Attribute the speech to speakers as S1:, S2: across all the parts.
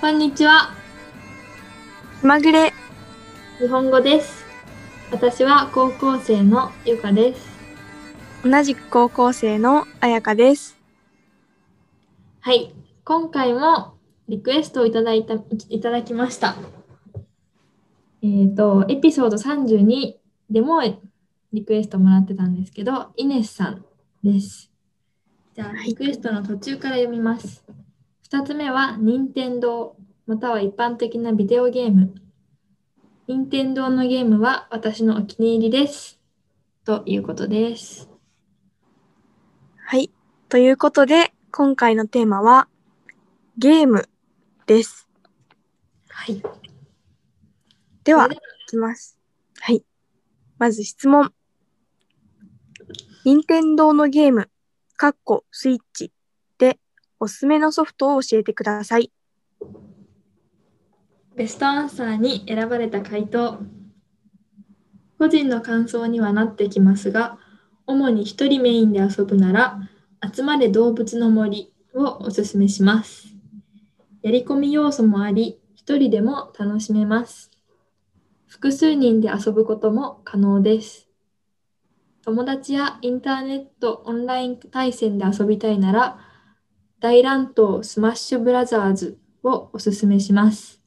S1: こんにちは。
S2: 気まぐれ
S1: 日本語です。私は高校生のゆかです。
S2: 同じく高校生のあやかです
S1: はい。今回もリクエストをいただいた、いただきました。えっ、と、エピソード32でもリクエストもらってたんですけど、イネスさんです。じゃあ、リクエストの途中から読みます。2つ目は、任天堂または一般的なビデオゲーム。任天堂のゲームは私のお気に入りです。ということです。
S2: はいということで今回のテーマはゲームです
S1: はい。
S2: では
S1: それ
S2: いきますはいまず質問任天堂のゲームかっこスイッチでおすすめのソフトを教えてください
S1: ベストアンサーに選ばれた回答個人の感想にはなってきますが主に1人メインで遊ぶなら「集まれ動物の森」をおすすめしますやり込み要素もあり1人でも楽しめます複数人で遊ぶことも可能です友達やインターネットオンライン対戦で遊びたいなら大乱闘スマッシュブラザーズをおすすめします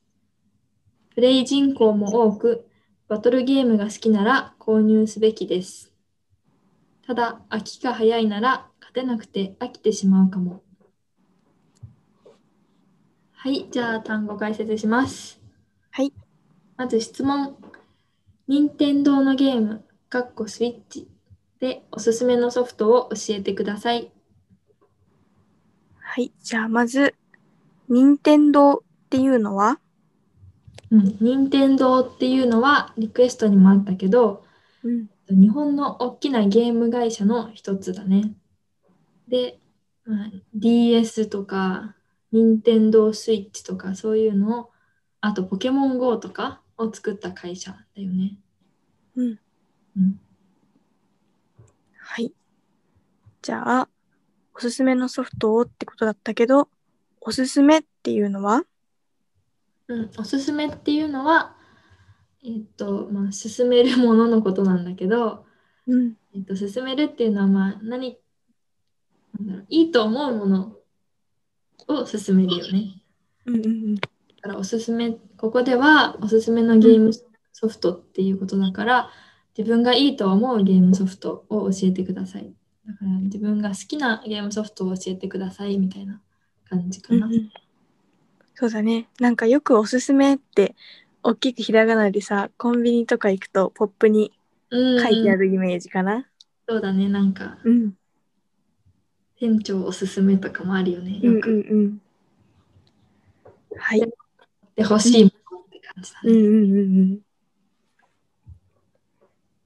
S1: プレイ人口も多く、バトルゲームが好きなら購入すべきです。ただ、飽きが早いなら勝てなくて飽きてしまうかも。はい、じゃあ単語解説します。
S2: はい。
S1: まず質問。任天堂のゲーム、かっこスイッチでおすすめのソフトを教えてください。
S2: はいじゃあまず任天堂っていうのは
S1: うん、任天堂っていうのはリクエストにもあったけど、
S2: うん
S1: 日本の大きなゲーム会社の一つだね。で、まあ DS とか、任天堂スイッチとか、そういうのを、あとポケモン GO とかを作った会社だよね。
S2: うん
S1: うん。
S2: はい。じゃあ、おすすめのソフトをってことだったけど、おすすめっていうのは
S1: うん、おすすめっていうのは、えっと、まあ、進めるもののことなんだけど、
S2: うん。
S1: えっと、進めるっていうのは、まあ、何、なんだろう、いいと思うものを進めるよね。
S2: うんうんうん。
S1: だからおすすめここではおすすめのゲームソフトっていうことだから自分がいいと思うゲームソフトを教えてくださいだから自分が好きなゲームソフトを教えてくださいみたいな感じかな、
S2: そうだね。なんかよくおすすめって、大きくひらがなでさ、コンビニとか行くとポップに
S1: うん、
S2: 書いてあるイメージかな。
S1: そうだねなんか
S2: うん。
S1: 店長おすすめとかもあるよね
S2: う
S1: よ
S2: んうん
S1: く
S2: うん。はい。
S1: で欲しいものって感じだ
S2: うん
S1: ね、
S2: うんうんうん。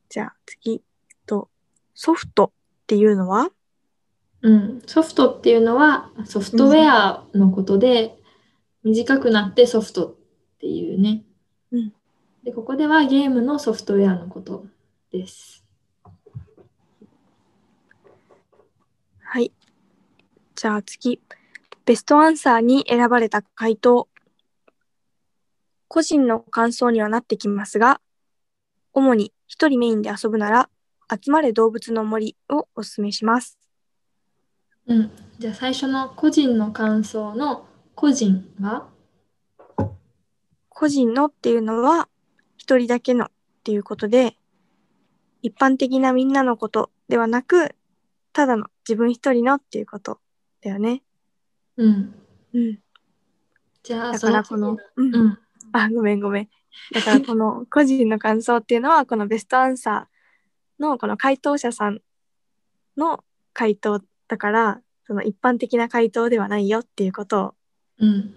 S2: じゃあ次、えっと、ソフトっていうのは
S1: うん、ソフトっていうのはソフトウェアのことで、短くなってソフトっていうね、
S2: うん
S1: でここではゲームのソフトウェアのことです
S2: はい。じゃあ次。ベストアンサーに選ばれた回答。個人の感想にはなってきますが、主に一人メインで遊ぶなら、集まれ動物の森をおすすめします。
S1: うん、じゃあ最初の個人の感想の個人は
S2: 個人のっていうのは、一人だけのっていうことで、一般的なみんなのことではなく、ただの自分一人のっていうことだよね。
S1: うん
S2: うん。
S1: じゃあ
S2: だ
S1: そ
S2: から
S1: の
S2: この、うん
S1: うん
S2: あ、ごめんごめん。だからこの個人の感想っていうのは、このベストアンサーのこの回答者さんの回答だから、その一般的な回答ではないよっていうことを
S1: うん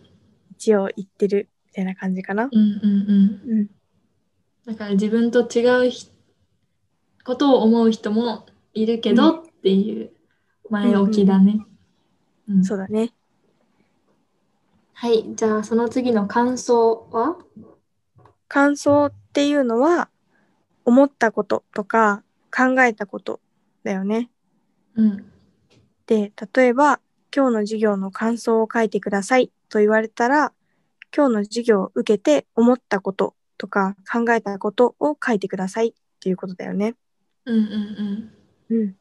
S2: 一応言ってるみたいな感じかな。
S1: うんうんうん
S2: うん。
S1: だから自分と違うひことを思う人もいるけど
S2: う
S1: っていう前置きだね、うん
S2: そうだね。
S1: はいじゃあその次の感想は
S2: 感想っていうのは、思ったこととか考えたことだよね。
S1: うん
S2: で例えば今日の授業の感想を書いてくださいと言われたら今日の授業を受けて思ったこととか考えたことを書いてくださいっていうことだよね。
S1: うんうんうん。
S2: うん。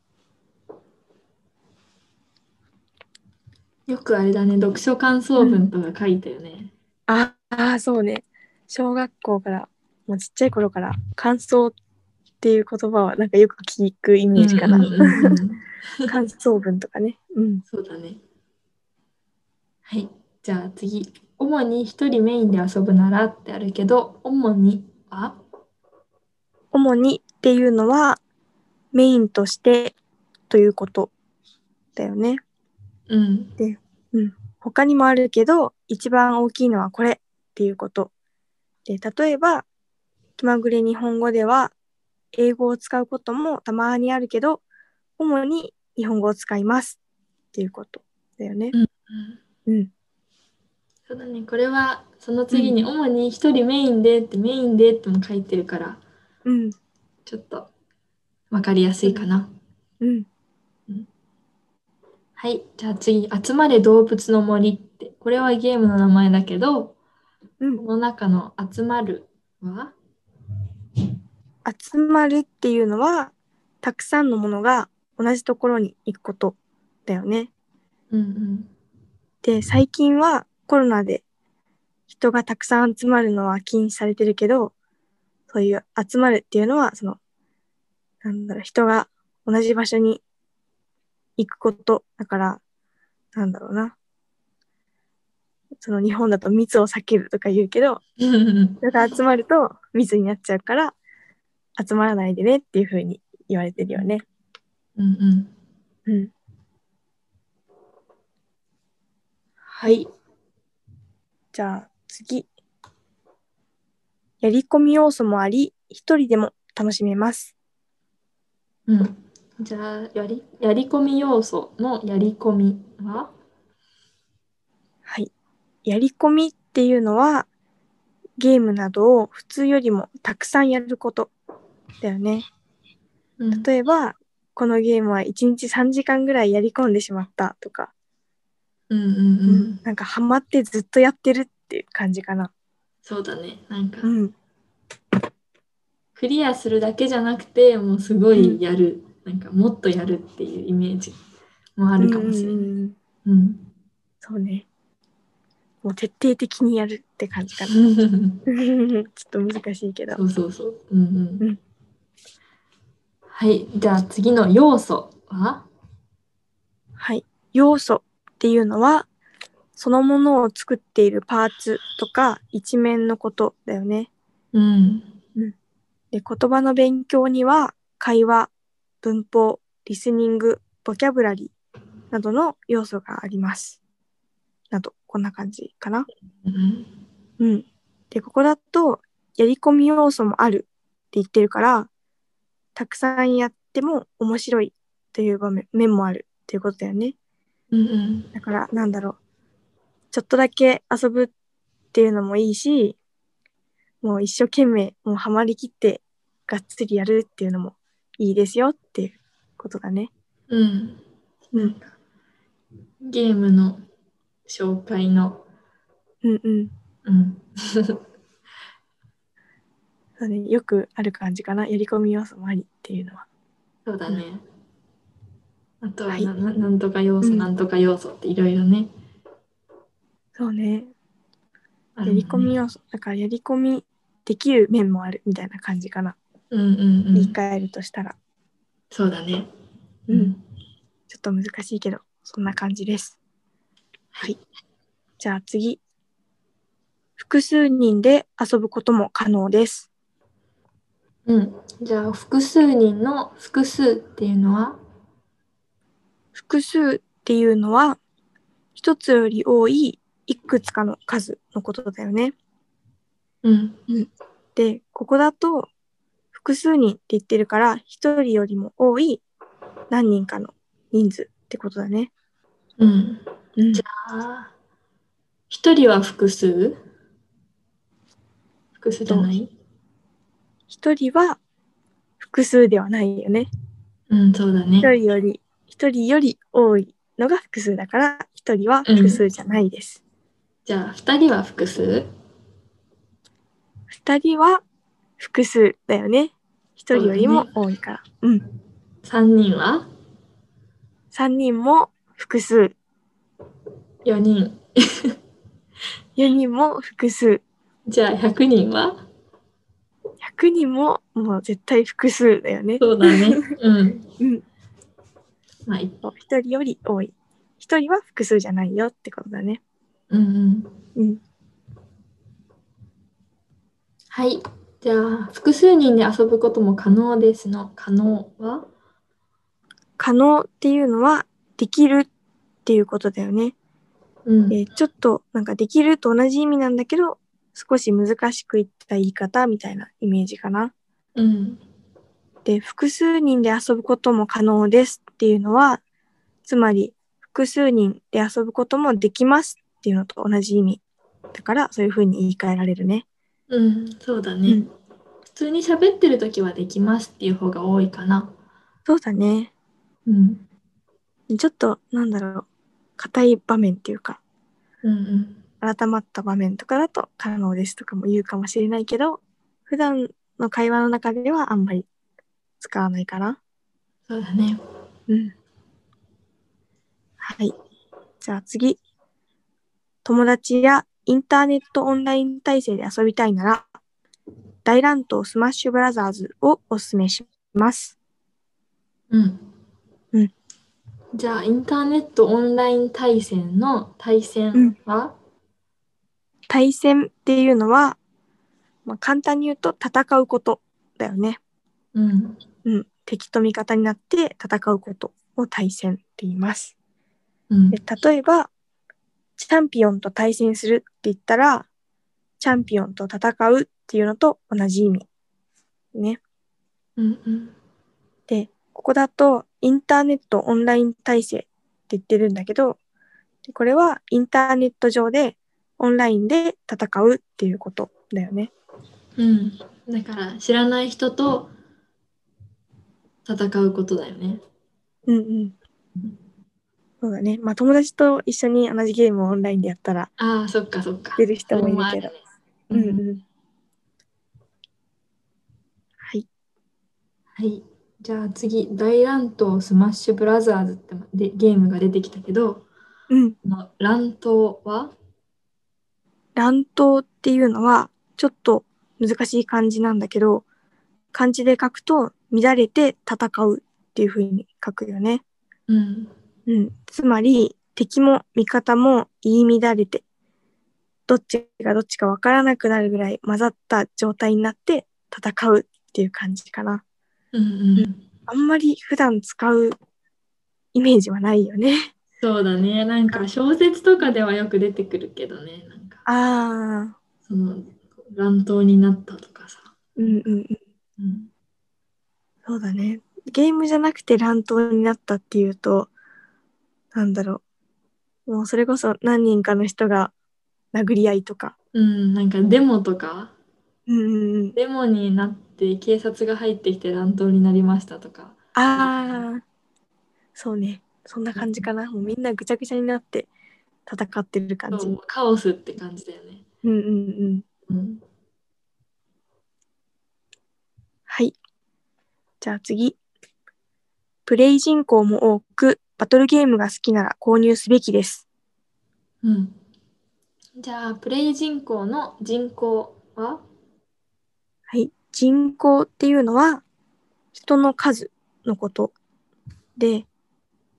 S1: よくあれだね、読書感想文とか書いたよね。
S2: ああ、そうね。小学校から、もうちっちゃい頃から感想っていう言葉はなんかよく聞くイメージかな。
S1: うんうんうんうん
S2: 感想文とかね。うん。
S1: そうだね。はい。じゃあ次。主に一人メインで遊ぶならってあるけど、主には
S2: 主にっていうのはメインとしてということだよね。
S1: うん。
S2: 他にもあるけど一番大きいのはこれっていうこと。で例えば気まぐれ日本語では英語を使うこともたまにあるけど主に日本語を使いますっていうことだよね。うん。
S1: そうだね。これはその次に主に一人メインでってメインでっても書いてるから、
S2: うん。
S1: ちょっとわかりやすいかな。
S2: うん。
S1: はい。じゃあ次。集まれ動物の森って。これはゲームの名前だけど、
S2: うん
S1: こ。の中の集まるは
S2: 集まるっていうのはたくさんのものが同じところに行くことだよね。
S1: うん
S2: で最近はコロナで人がたくさん集まるのは禁止されてるけどそういう集まるっていうのはそのなんだろう人が同じ場所に行くことだからなんだろうなその日本だと密を避けるとか言うけど
S1: うん。
S2: 人が集まると密になっちゃうから集まらないでねっていうふうに言われてるよね。
S1: うんうん。
S2: うん、
S1: はい。
S2: じゃあ次。やり込み要素もあり、一人でも楽しめます。
S1: うん、じゃあやりやり込み要素のやり込みは
S2: はい。やり込みっていうのは、ゲームなどを普通よりもたくさんやることだよね。
S1: 例え
S2: 例えば、このゲームは1日3時間ぐらいやり込んでしまったとか、
S1: うんうんうん
S2: なんかハマってずっとやってるっていう感じかな。
S1: そうだねなんか
S2: うん。
S1: クリアするだけじゃなくてもうすごいやる、なんかもっとやるっていうイメージもあるかもしれない、
S2: うんうんうん
S1: うん
S2: そうね。もう徹底的にやるって感じかな。 ちょっと難しいけど。
S1: そうそうそううんうん、
S2: うん
S1: はいじゃあ次の要素は
S2: はい、要素っていうのはそのものを作っているパーツとか一面のことだよね。
S1: うん
S2: で言葉の勉強には会話文法リスニングボキャブラリーなどの要素があります。などこんな感じかな。
S1: うん
S2: うん。でここだとやり込み要素もあるって言ってるからたくさんやっても面白いという場面面もあるということだよね。
S1: うんうん
S2: だからなんだろうちょっとだけ遊ぶっていうのもいいしもう一生懸命もうハマりきってがっつりやるっていうのもいいですよっていうことだね。
S1: うん
S2: う
S1: なん
S2: ん
S1: かゲームの紹介の
S2: うんうん
S1: うん
S2: そうね、よくある感じかなやり込み要素もありっていうのは。
S1: そうだね。あとは
S2: はい
S1: な、ななんとか要素、
S2: うん
S1: なんとか要素っていろいろね。
S2: そうね
S1: あ
S2: や
S1: るもんね
S2: り込み要素だからやり込みできる面もあるみたいな感じかな
S1: うんうんうん。
S2: 言い換えるとしたら、
S1: そうだね。
S2: うんちょっと難しいけどそんな感じです。はいじゃあ次複数人で遊ぶことも可能です。
S1: うん。じゃあ、複数人の複数っていうのは
S2: 複数っていうのは一つより多いいくつかの数のことだよね。
S1: うん。
S2: でここだと複数人って言ってるから一人よりも多い何人かの人数ってことだね。
S1: うん。
S2: うん
S1: じゃあ、一人は複数複数じゃない
S2: 一人は複数ではないよね。
S1: うん、そうだね
S2: 一。人より一人より多いのが複数だから一人は複数じゃないです。
S1: じゃあ、2人は複数
S2: 2人は複数だよね。1人よりも多いから。うん。
S1: ?3 人は
S2: 3人も複数。
S1: ?4 人。
S2: 4人も複数。
S1: じゃあ、100人は
S2: 100人ももう絶対複数だよね。
S1: そうだね。うん。
S2: うん。
S1: まあ、い
S2: 1人より多い。1人は複数じゃないよってことだね。
S1: うんうん。
S2: うん。
S1: はい。じゃあ、複数人で遊ぶことも可能ですの。可能は
S2: 可能っていうのはできるっていうことだよね。
S1: うん。
S2: えーちょっとなんかできると同じ意味なんだけど、少し難しく言った言い方みたいなイメージかな。
S1: うん。
S2: で、複数人で遊ぶことも可能ですっていうのは、つまり複数人で遊ぶこともできますっていうのと同じ意味。だからそういうふうに言い換えられるね。
S1: うん、そうだね。
S2: うん
S1: 普通に喋ってるときはできますっていう方が多いかな。
S2: そうだね。
S1: うん。
S2: ちょっとなんだろう、硬い場面っていうか、
S1: うんうん。
S2: 改まった場面とかだと可能ですとかも言うかもしれないけど、普段の会話の中ではあんまり使わないかな。
S1: そうだね。
S2: うん。はい。じゃあ次。友達やインターネットオンライン体制で遊びたいなら、大乱闘スマッシュブラザーズをおすすめします。
S1: うん。
S2: うん
S1: じゃあ、インターネットオンライン対戦の対戦は、
S2: 対戦っていうのは、まあ、簡単に言うと戦うことだよね。
S1: うん、
S2: うん。敵と味方になって戦うことを対戦って言います。
S1: うん
S2: で、例えばチャンピオンと対戦するって言ったらチャンピオンと戦うっていうのと同じ意味ね
S1: うん、うん、
S2: でここだとインターネットオンライン体制って言ってるんだけどでこれはインターネット上でオンラインで戦うっていうことだよね
S1: うん。だから、知らない人と戦うことだよね。
S2: うんうんそうだねまあ友達と一緒に同じゲームをオンラインでやったら
S1: ああ、そっかそっか。
S2: 出る人もいる
S1: それ
S2: け
S1: あ
S2: ど
S1: ね
S2: う
S1: うんん、
S2: うんはい
S1: はい。じゃあ次、大乱闘スマッシュブラザーズってでゲームが出てきたけど、
S2: うん
S1: この乱闘は
S2: 乱闘っていうのはちょっと難しい漢字なんだけど漢字で書くと乱れて戦うっていう風に書くよね。
S1: うん、
S2: うん、つまり敵も味方も言い乱れてどっちがどっちかわからなくなるぐらい混ざった状態になって戦うっていう感じかな。
S1: うん、うん。
S2: あんまり普段使うイメージはないよね。
S1: そうだね。なんか小説とかではよく出てくるけどね。なんか、
S2: ああ、
S1: その乱闘になったとかさ。
S2: うんうんうん。
S1: うん、
S2: そうだね。ゲームじゃなくて乱闘になったっていうと、なんだろう。もうそれこそ何人かの人が殴り合いとか。
S1: うん、なんかデモとか、
S2: うんうんうん。
S1: デモになって警察が入ってきて乱闘になりましたとか。
S2: ああ、そうね。そんな感じかな。もうみんなぐちゃぐちゃになって戦ってる感
S1: そ
S2: じ。
S1: うカオスって感じだよね。
S2: うんうんうん。
S1: うん、
S2: はい。じゃあ次。プレイ人口も多く、バトルゲームが好きなら購入すべきです。
S1: うん。じゃあ、プレイ人口の人口は
S2: はい、人口っていうのは人の数のことで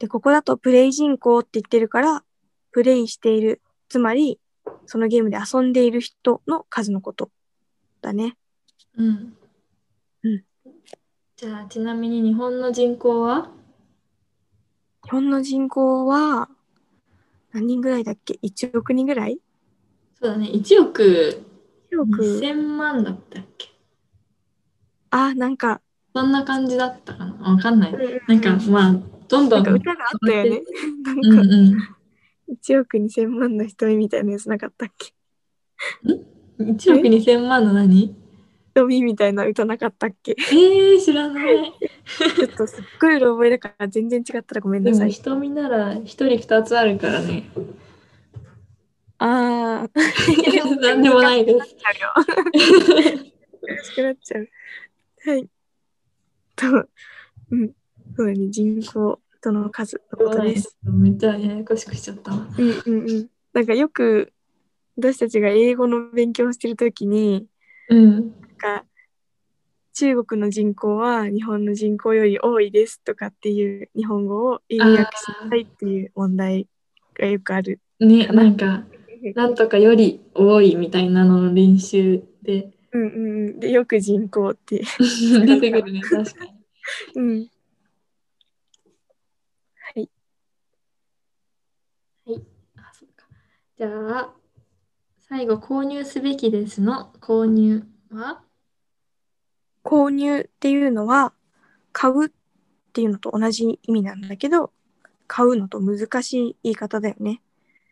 S2: でここだとプレイ人口って言ってるからプレイしているつまりそのゲームで遊んでいる人の数のことだね
S1: うん。
S2: うん
S1: じゃあ、ちなみに日本の人口は
S2: 日本の人口は何人ぐらいだっけ1億人ぐらい
S1: そうだね、1億
S2: 1億
S1: 2000万だったっけ
S2: あなんか
S1: そんな感じだったかなわかんない。
S2: な
S1: なんか、まあ、どんど
S2: なん
S1: ん。
S2: か歌があったよねなん
S1: うん
S2: か
S1: う
S2: 1億2000万の瞳みたいなやつなかったっけ
S1: ん。1億2000万の何
S2: 瞳みたいな歌なかったっけ
S1: えー、知らない。
S2: ちょっとすっごいうろ覚えだから全然違ったらごめん
S1: で
S2: なさ
S1: も
S2: い。
S1: 瞳なら1人2つあるからね。
S2: ああ。
S1: なんでもないです。
S2: ちゃうよ。難しくなっちゃう。はい。と、うん。そうだね。人口との数のことです。
S1: めっちゃややこしくしちゃったわ。
S2: うんうんうん。なんかよく、私たちが英語の勉強をしてるときに、
S1: うん。
S2: なんか、中国の人口は日本の人口より多いですとかっていう日本語を英訳したいっていう問題がよくある。
S1: ね、なんか、なんとかより多いみたいなのの練習で
S2: うんうんうん。で、よく人口って。
S1: 出 てくるね、確かに。
S2: うん。はい。
S1: あそうかじゃあ、最後、購入すべきですの購入は
S2: 購入っていうのは買うっていうのと同じ意味なんだけど買うのと難しい言い方だよね。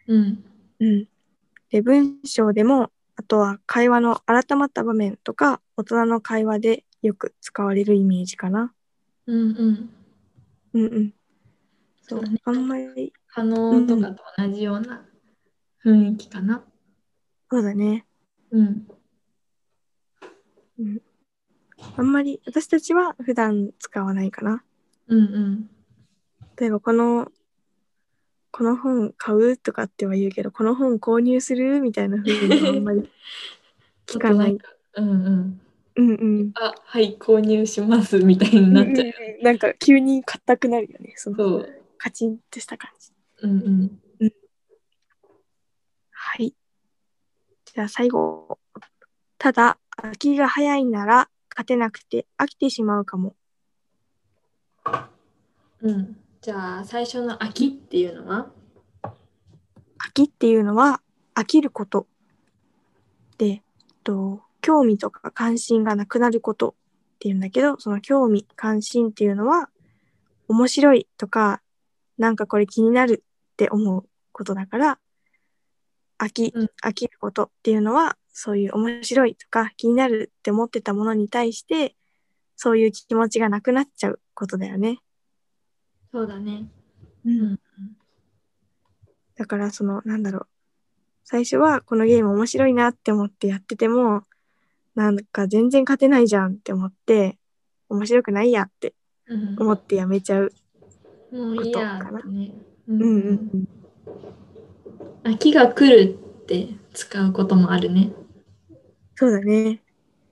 S1: うん。
S2: うん、で文章でもあとは会話の改まった場面とか大人の会話でよく使われるイメージかな。
S1: うんうん。
S2: うんうん、
S1: そ
S2: そうう
S1: だね。
S2: あんまり
S1: 可能とかと同じような雰囲気かな。
S2: そうだね
S1: うん。
S2: あんまり私たちは普段使わないかな。
S1: うん
S2: 例えばこのこの本買うとかっては言うけどこの本購入するみたいな風にはあん まり聞かない。
S1: か。うんうん。
S2: うんうん。
S1: あ、はい、購入しますみたいになっちゃう。
S2: なんか急に硬くなるよね。その
S1: そう。
S2: カチンとした感じ。
S1: うんうん。
S2: はい。じゃあ最後。ただ、飽きが早いなら勝てなくて飽きてしまうかも。
S1: うん。じゃあ、最初の秋っていうのは
S2: 飽きっていうのは飽きること。で、えっと、興味とか関心がなくなることっていうんだけど、その興味、関心っていうのは面白いとか、なんかこれ気になるって思うことだから、飽き
S1: うん、
S2: 飽きることっていうのは、そういう面白いとか気になるって思ってたものに対して、そういう気持ちがなくなっちゃうことだよね。
S1: そうだね。
S2: うんだからそのなんだろう最初はこのゲーム面白いなって思ってやっててもなんか全然勝てないじゃんって思って面白くないやって
S1: うん
S2: 思ってやめちゃう。
S1: もういいやってね。う
S2: うんうんうん、
S1: 秋が来るって使うこともあるね。
S2: そうだね。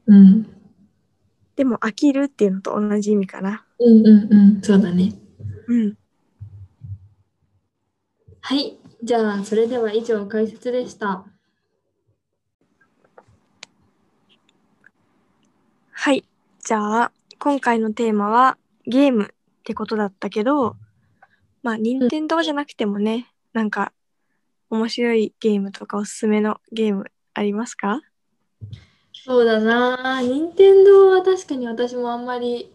S1: うん。
S2: でも飽きるっていうのと同じ意味かな。
S1: うんうんうん。そうだね。
S2: うん。
S1: はい。じゃあ、それでは以上解説でした。
S2: はい。じゃあ今回のテーマはゲームってことだったけどまあ任天堂じゃなくてもねなんか面白いゲームとかおすすめのゲームありますか
S1: そうだな。任天堂は確かに私もあんまり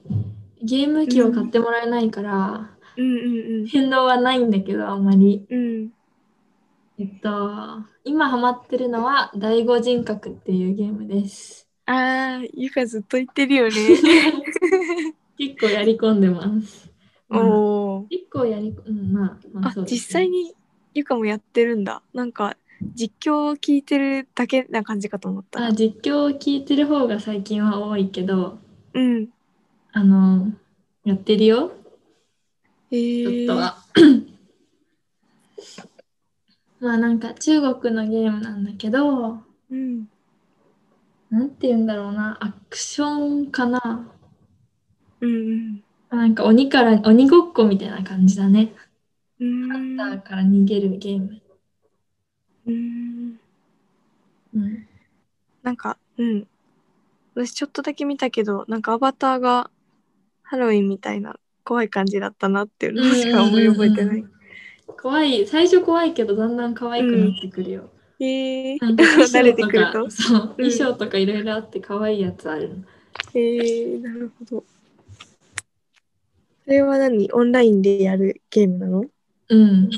S1: ゲーム機を買ってもらえないから、
S2: うんうん
S1: 変動はないんだけど、あんまり。
S2: うん。うん。
S1: えっと、今ハマってるのは、第五人格っていうゲームです。
S2: ああ、ゆかずっと言ってるよね。
S1: 結構やり込んでます。うん
S2: おお。
S1: 結構やりこ、うん、まあ、ま
S2: あ
S1: あ、そう、ですね
S2: 実際にゆかもやってるんだ。なんか実況を聞いてるだけな感じかと思った。
S1: あ実況を聞いてる方が最近は多いけど、
S2: うん。
S1: あの、やってるよ、
S2: え
S1: ちょっと
S2: ー、
S1: は。まあなんか中国のゲームなんだけど、
S2: うん。
S1: なんて言うんだろうな、アクションかな。
S2: うん
S1: なんか鬼から、鬼ごっこみたいな感じだね。
S2: うん。
S1: ハンタ
S2: う
S1: ーから逃げるゲーム。
S2: ーん。
S1: うん、
S2: なんか、うん。私ちょっとだけ見たけど、なんかアバターがハロウィンみたいな怖い感じだったなっていうのしか思い覚えてない。
S1: 怖い、最初怖いけどだんだん可愛くなってくるよ。
S2: ええー。
S1: なんか衣
S2: 慣
S1: 装
S2: れて
S1: と
S2: くる
S1: か、
S2: と。
S1: そう、
S2: うん
S1: 衣装とかいろいろあって可愛いやつある。
S2: へえなるほど。それは何オンラインでやるゲームなの
S1: うん。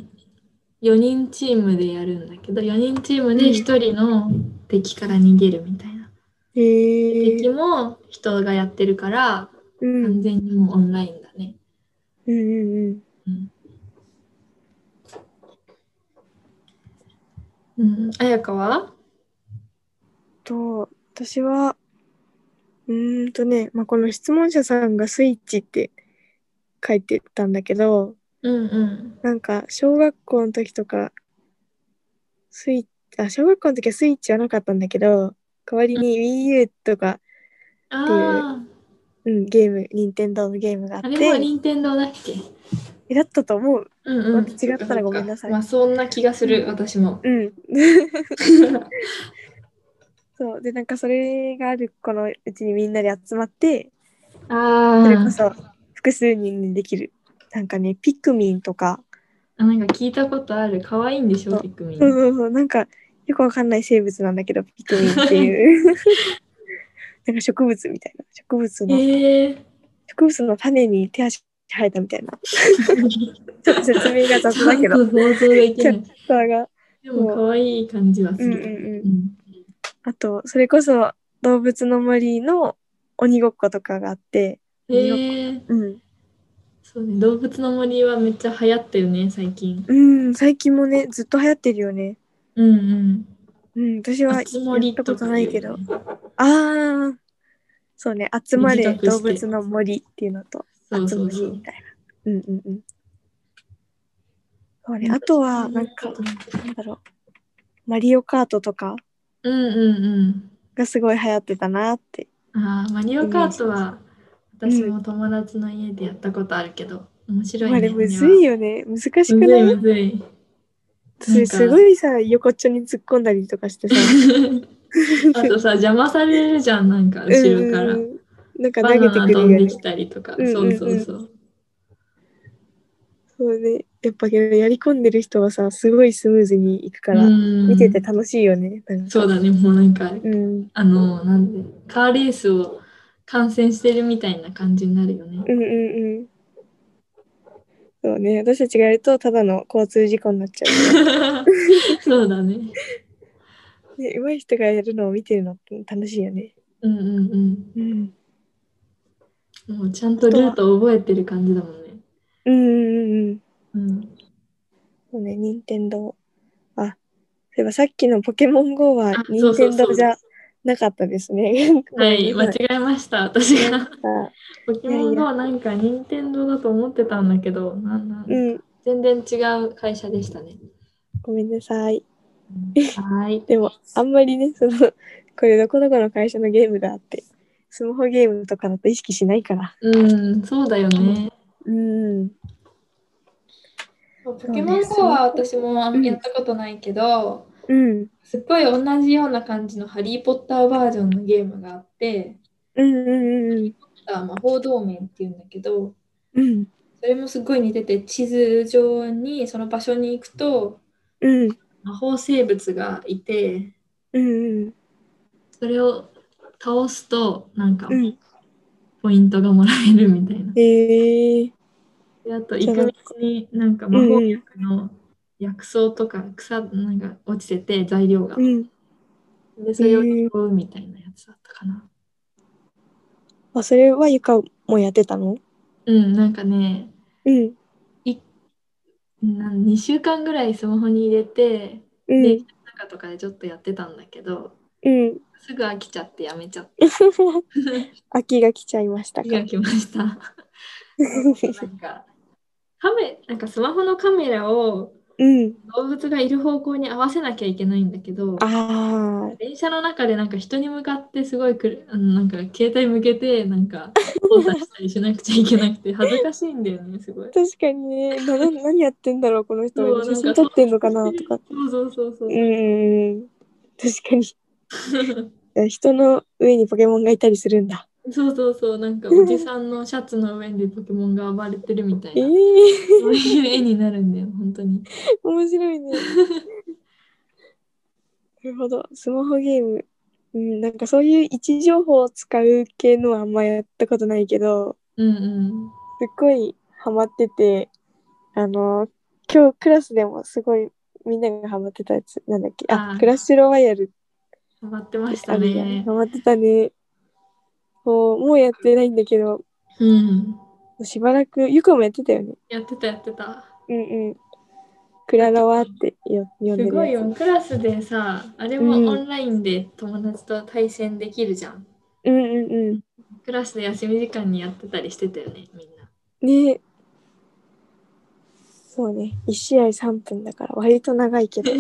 S1: 4人チームでやるんだけど、4人チームで1人の敵から逃げるみたいな。
S2: へ
S1: 敵
S2: え。
S1: も人がやってるから、
S2: うんう
S1: 完
S2: ん
S1: 全にもうオンラインだね。
S2: うんうん。
S1: うん。うん、彩香は
S2: と、私は、うーんとね、まあ、この質問者さんがスイッチって書いてたんだけど、
S1: うんうん。
S2: なんか、小学校の時とか、スイッチ、あ、小学校の時はスイッチはなかったんだけど、代わりに Wii U とか、
S1: あ
S2: うん、ゲーム、任天堂のゲームがあっ
S1: あ、あれは
S2: て、
S1: 任天堂だっけ
S2: えだったと思う。
S1: うんうん。
S2: また違ったらごめんなさい
S1: まあそんな気がする、私も。
S2: うん。そう。で、なんかそれがある子のうちにみんなで集まって、
S1: あ
S2: それこ
S1: ー
S2: そ複数人にできる。なんかね、ピクミンとか、
S1: あ、なんか聞いたことある。可愛いんでし
S2: そ
S1: ょ、
S2: う
S1: ピクミン。
S2: そうそうそう、なんかよくわかんない生物なんだけど、ピクミンって いう。なんか植物みたいな。植物の、
S1: えー、
S2: 植物の種に手足生えたみたいな。ちょっと説明が
S1: ち
S2: 雑
S1: ょ
S2: だ
S1: っ
S2: けど、
S1: と想像できない。
S2: それが。
S1: でも可愛い感じはす
S2: うんう
S1: る。
S2: んうん
S1: う。ん
S2: あと、それこそ動物の森の鬼ごっことかがあって、
S1: えー、
S2: うん。
S1: そうね、動物の森はめっちゃ流行ってるね、最近。
S2: うん、最近もね、ずっと流行ってるよね。
S1: うん
S2: うん、私
S1: うん。
S2: は
S1: あつ森
S2: やった
S1: と
S2: こと
S1: か
S2: な
S1: 言
S2: いうけ
S1: ね
S2: ど。ああ、そうね、集まれ
S1: 短くして
S2: 動物の森っていうのと、
S1: そう
S2: 集
S1: そ
S2: ま
S1: うそ
S2: りみ
S1: う。
S2: たいな。うんうんうん。そうね、
S1: うん
S2: あとは、なんか、なんだろう、マリオカートとか
S1: うんうんうん。
S2: がすごい流行ってたなって。
S1: ああ、マリオカートは私も友達の家でやったことあるけど、面白い
S2: まあ、
S1: ね。
S2: あれ、むず
S1: あ
S2: い
S1: れは
S2: よね。難しく
S1: む
S2: な
S1: ずい
S2: い
S1: むずい。
S2: それすごいさ、横っちょに突っ込んだりとかしてさ。
S1: あとさ、邪魔されるじゃん、なんか 後ろから
S2: う。んなんか
S1: バ
S2: 投げ
S1: ナ
S2: て
S1: ナ
S2: くる
S1: 飛
S2: よ
S1: んで
S2: ね
S1: き。たりとか、
S2: うん
S1: そ
S2: うんう
S1: うんそうそう。
S2: そうね。やっぱけど、やり込んでる人はさ、すごいスムーズにいくから、
S1: うん
S2: 見てて楽しいよね。なんか
S1: そうだね、もうなんか、
S2: うん、
S1: あの、なんで、カーレースを観戦してるみたいな感じになるよ ね。
S2: うんうんうん。そうね、私たちがやるとただの交通事故になっちゃうか
S1: そうだね。
S2: ら。ね、上手い人がやるのを見てるのって楽しいよね。
S1: うんうん
S2: うん。
S1: うん。もうちゃんとルート覚えてる感じだもんね。
S2: うんうんうんうん。
S1: うん。
S2: そうね、任天堂。あ、そういえばさっきのポケモン GO は
S1: あそう
S2: 任
S1: そうそう
S2: 天堂じゃなかったで すね。
S1: はい、
S2: ご
S1: 間
S2: めんな
S1: 違
S2: さ
S1: えました、私 が。
S2: あ
S1: ポケモン
S2: いや
S1: GO
S2: い
S1: なんか任天堂だと思ってたんだけど、なんなん
S2: うん、
S1: 全然違う会社でしたね。
S2: ごめんなさい。
S1: はい。
S2: でも、あんまりね、その、 これどこどこの会社のゲームだって、スマホゲームとかだと意識しないから。
S1: うん、そうだよね。
S2: うん。
S1: ポ
S2: う
S1: ケモン GO は私もあんまやったことないけど、
S2: うん。
S1: すっごい同じような感じのハリー・ポッターバージョンのゲームがあって、
S2: うんうんうん
S1: あ魔法同盟っていうんだけど、
S2: うん。
S1: それもすごい似てて、地図上にその場所に行くと
S2: うん。
S1: 魔法生物がいて、
S2: うん
S1: それを倒すとなんか
S2: うん。
S1: ポイントがもらえるみたいな。
S2: ええ
S1: であと
S2: じゃ
S1: 行
S2: あ
S1: く
S2: なん
S1: 道
S2: か
S1: になんか魔法薬の薬草とか草なんか落ちてて材料が。
S2: うん。
S1: でそれを拾うみたいなやつだったかな。
S2: あ、それはゆかもやってたの
S1: うん、なんかね、
S2: うん。
S1: 2週間ぐらいスマホに入れて、
S2: う
S1: 電
S2: ん
S1: 車。の中とかでちょっとやってたんだけど、
S2: うん。
S1: すぐ飽きちゃってやめちゃって
S2: 秋が来ちゃいました
S1: 気が
S2: か。
S1: きま した。なんかカメなんかスマホのカメラを
S2: うん。
S1: 動物がいる方向に合わせなきゃいけないんだけど、
S2: ああ。
S1: 電車の中でなんか人に向かってすごいくるあのなんか携帯向けてなんか操作したりしなくちゃいけなくて恥ずかしいんだよねすごい。
S2: 確かにね、なな何やってんだろう、この人
S1: そう。
S2: 写真撮ってんのかなとか。
S1: そうそうそうそうう。
S2: ん。確かに。人の上にポケモンがいたりするんだ。
S1: そうそうそうなんかおじさんのシャツの上でポケモンが暴れてるみたい
S2: ええ
S1: なそういう絵になるんだよ本当に。
S2: 面白 いね。なるほど。スマホゲーム。うん、なんかそういう位置情報を使う系のはあんまやったことないけど、
S1: うんうん。
S2: すっごいハマってて、あの、今日クラスでもすごいみんながハマってたやつ、なんだっけ、
S1: あ
S2: あ、
S1: ー
S2: クラッシュロワイヤル
S1: ハマってまし
S2: あ
S1: た
S2: るじゃん。
S1: ね
S2: ハ。マってたね。もう、もうやってないんだけど、
S1: うん。
S2: しばらく、ゆこもやってたよね。
S1: やってたやってた。
S2: うんうん。クララワってよ呼んでする
S1: ごい
S2: や
S1: よ。クラスでさ、あれも
S2: うん
S1: オンラインで友達と対戦できるじゃん。
S2: つ。うんうんうん。
S1: クラスで休み時間にやってたりしてたよね、みんな。
S2: ねそうね。1試合3分だから割と長いけど。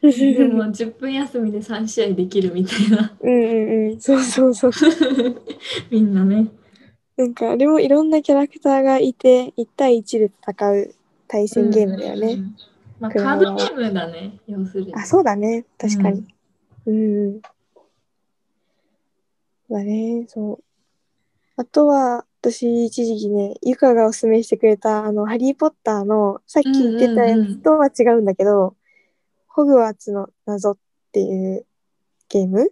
S1: でも10分休みで3試合できるみたいな。
S2: うんうんうん。そうそうそう。
S1: みんなね。
S2: なんかあれもいろんなキャラクターがいて、1対1で戦う対戦ゲームだよね。
S1: うん。まあ、
S2: クラ
S1: カー
S2: ラ
S1: ド
S2: ワ
S1: ゲームだね、要するに。
S2: あ、そうだね。確かに。うん、うん。だね、そう。あとは、私、一時期ね、ゆかがおすすめしてくれた、あの、ハリー・ポッターの、さっき言ってたやつとは違うんだけど、ホグワーツの謎っていうゲーム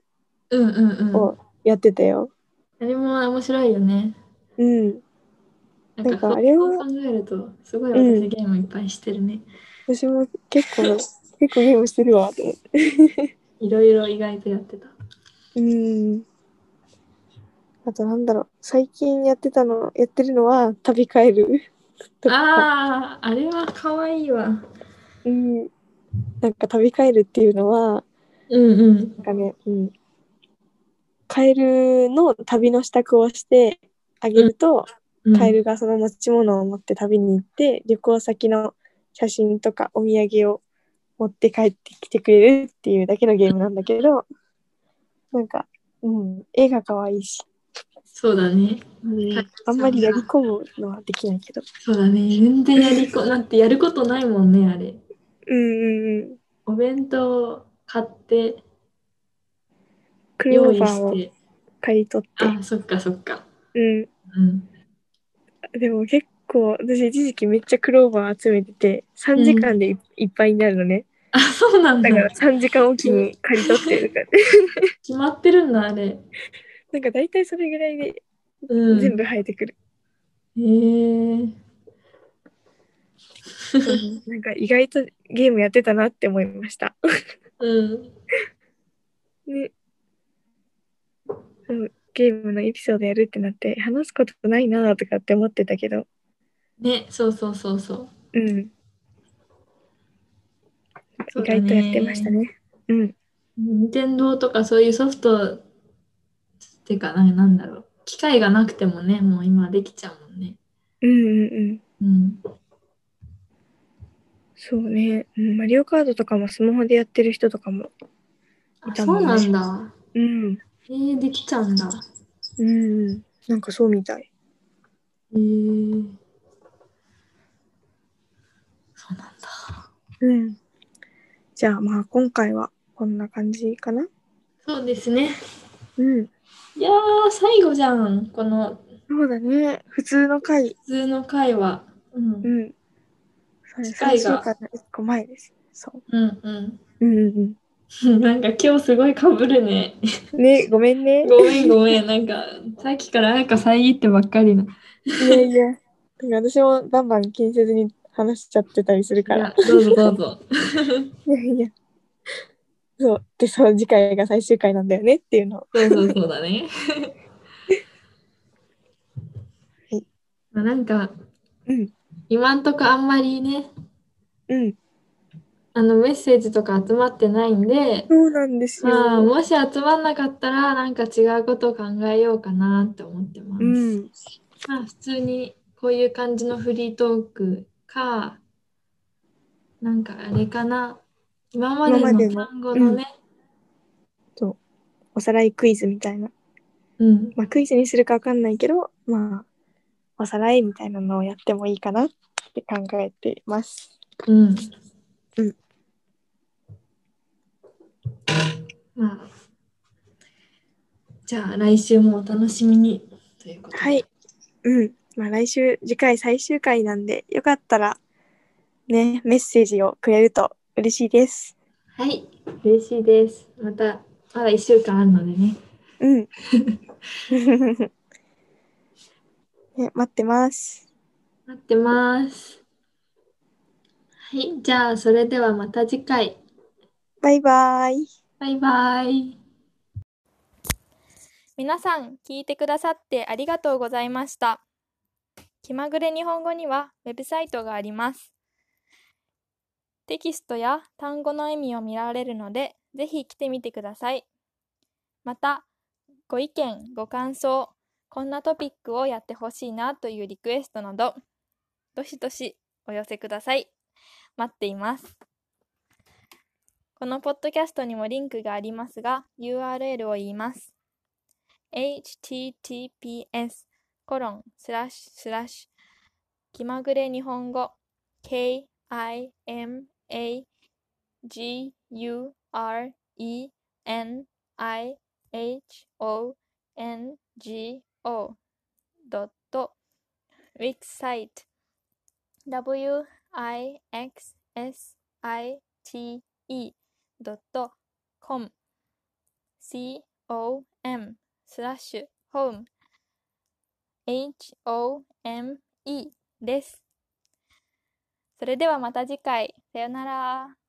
S1: うんうんうん。あ
S2: をやってたよ。
S1: れも面白いよね。
S2: うん。
S1: なん
S2: な
S1: か
S2: んか
S1: そう
S2: あれは
S1: 考えると、すごい
S2: うん
S1: 私ゲームいっぱいしてるね。
S2: 私も結構、結構ゲームしてるわ、と思って。
S1: いろいろ意外とやってた。
S2: うん。あと、なんだろう、最近やってたの、やってるのは、旅帰る。とか
S1: ああ、あれは可愛いわ。
S2: うん、なんか旅帰るっていうのは
S1: うんうん
S2: なん。かね、うん、カエルの旅の支度をしてあげると、
S1: うん
S2: カエルがその持ち物を持って旅に行って旅行先の写真とかお土産を持って帰ってきてくれるっていうだけのゲームなんだけどなんか、うん、絵が可愛いし、
S1: そうだね。
S2: うん
S1: はい
S2: あんまりやり込むのはできないけど。
S1: そうだね。全然やりこ、なんてやることないもんね、あれ。
S2: うんうんうん、
S1: お弁当買って、
S2: クレ
S1: 用
S2: ー
S1: 意
S2: バー
S1: し
S2: を
S1: て。
S2: 借り取って
S1: あ、そっかそっか。、
S2: うん、
S1: うん。
S2: でも結構私一時期めっちゃクローバー集めてて3時間でい,、っぱいになるのね
S1: あ、そうなんだ
S2: だ。から3時間おきに借り取ってるから、ね、
S1: 決まってるんだ、あれ。
S2: なんか大体それぐらいで
S1: うん。
S2: 全部生えて くる、
S1: へー
S2: なんか意外とゲームやってたなって思いました
S1: うん。
S2: ねそうゲームのエピソードやるってなって話すことないなとかって思ってたけど
S1: ね、そうそうそうそう。
S2: うん
S1: そう
S2: 意
S1: だね
S2: 外とやってましたねうん
S1: 任天堂とかそういうソフトってかななんだろう機械がなくてもねもう今できちゃうもんね
S2: うんうんうん
S1: うん
S2: そうね、うん、マリオカードとかもスマホでやってる人とかも
S1: あ
S2: いた
S1: そ
S2: も
S1: うんな
S2: ね
S1: んだ
S2: うん
S1: えー、できちゃうんだ
S2: うん、なんかそうみたい。
S1: えー、そうなんだ
S2: うん。じゃあまあ今回はこんな感じかな。
S1: そうですね
S2: うん。
S1: いやー最後じゃんこの
S2: そうだね。普通の回。
S1: 普通の会話うん
S2: う
S1: うん
S2: ん。そうね。
S1: 次回
S2: 最
S1: が
S2: 週間の一個前です。そう。
S1: うん
S2: うんうん
S1: なん か今日すごいかぶるね
S2: うん。ね、ごめんね。
S1: ごめんごめんなんかさっきからなんか遮ってばっかりない
S2: やいや。なんか私もバンバン気にせずに話しちゃってたりするか
S1: い
S2: ら
S1: や。どうぞどうぞ
S2: いやいや。そう。で、その次回が最終回なんだよねっていうのを。
S1: そうそうそうだね。
S2: はい
S1: まあなんか
S2: うん。
S1: 今んとこあんまりね
S2: うん。
S1: あのメッセージとか集まってないんで、
S2: そうなんですよ。
S1: まあ、もし集まんなかったらなんか違うことを考えようかなって思ってます。
S2: うん。
S1: まあ普通にこういう感じのフリートークかなんかあれかな今まで
S2: 今まで
S1: の
S2: の
S1: 単語のね、
S2: おさらいクイズみたいな。
S1: うん、
S2: まあ、クイズにするかわかんないけど、まあ、おさらいみたいなのをやってもいいかなって考えています。
S1: うん。
S2: うん
S1: まあ、じゃあ来週もお楽しみにということで。
S2: はい。うん。まあ、来週、次回最終回なんで、よかったら、ね、メッセージをくれると嬉しいです。
S1: はい。嬉しいです。また、まだ1週間あるのでね。
S2: うん。 ね、待ってます。
S1: 待ってます。はい。じゃあ、それではまた次回。
S2: バイバイ。
S1: バイバイ。
S3: 皆さん聞いてくださってありがとうございました。気まぐれ日本語にはウェブサイトがあります。テキストや単語の意味を見られるので、ぜひ来てみてください。また、ご意見、ご感想、こんなトピックをやってほしいなというリクエストなど、どしどしお寄せください。待っています。このポッドキャストにもリンクがありますが、URL を言います。https コロンスラッシュスラッシュ気まぐれ日本語 KIMAGURENIHONGO.wixsite wixsite.com com スラッシュホーム HOME です。それではまた次回。さよなら。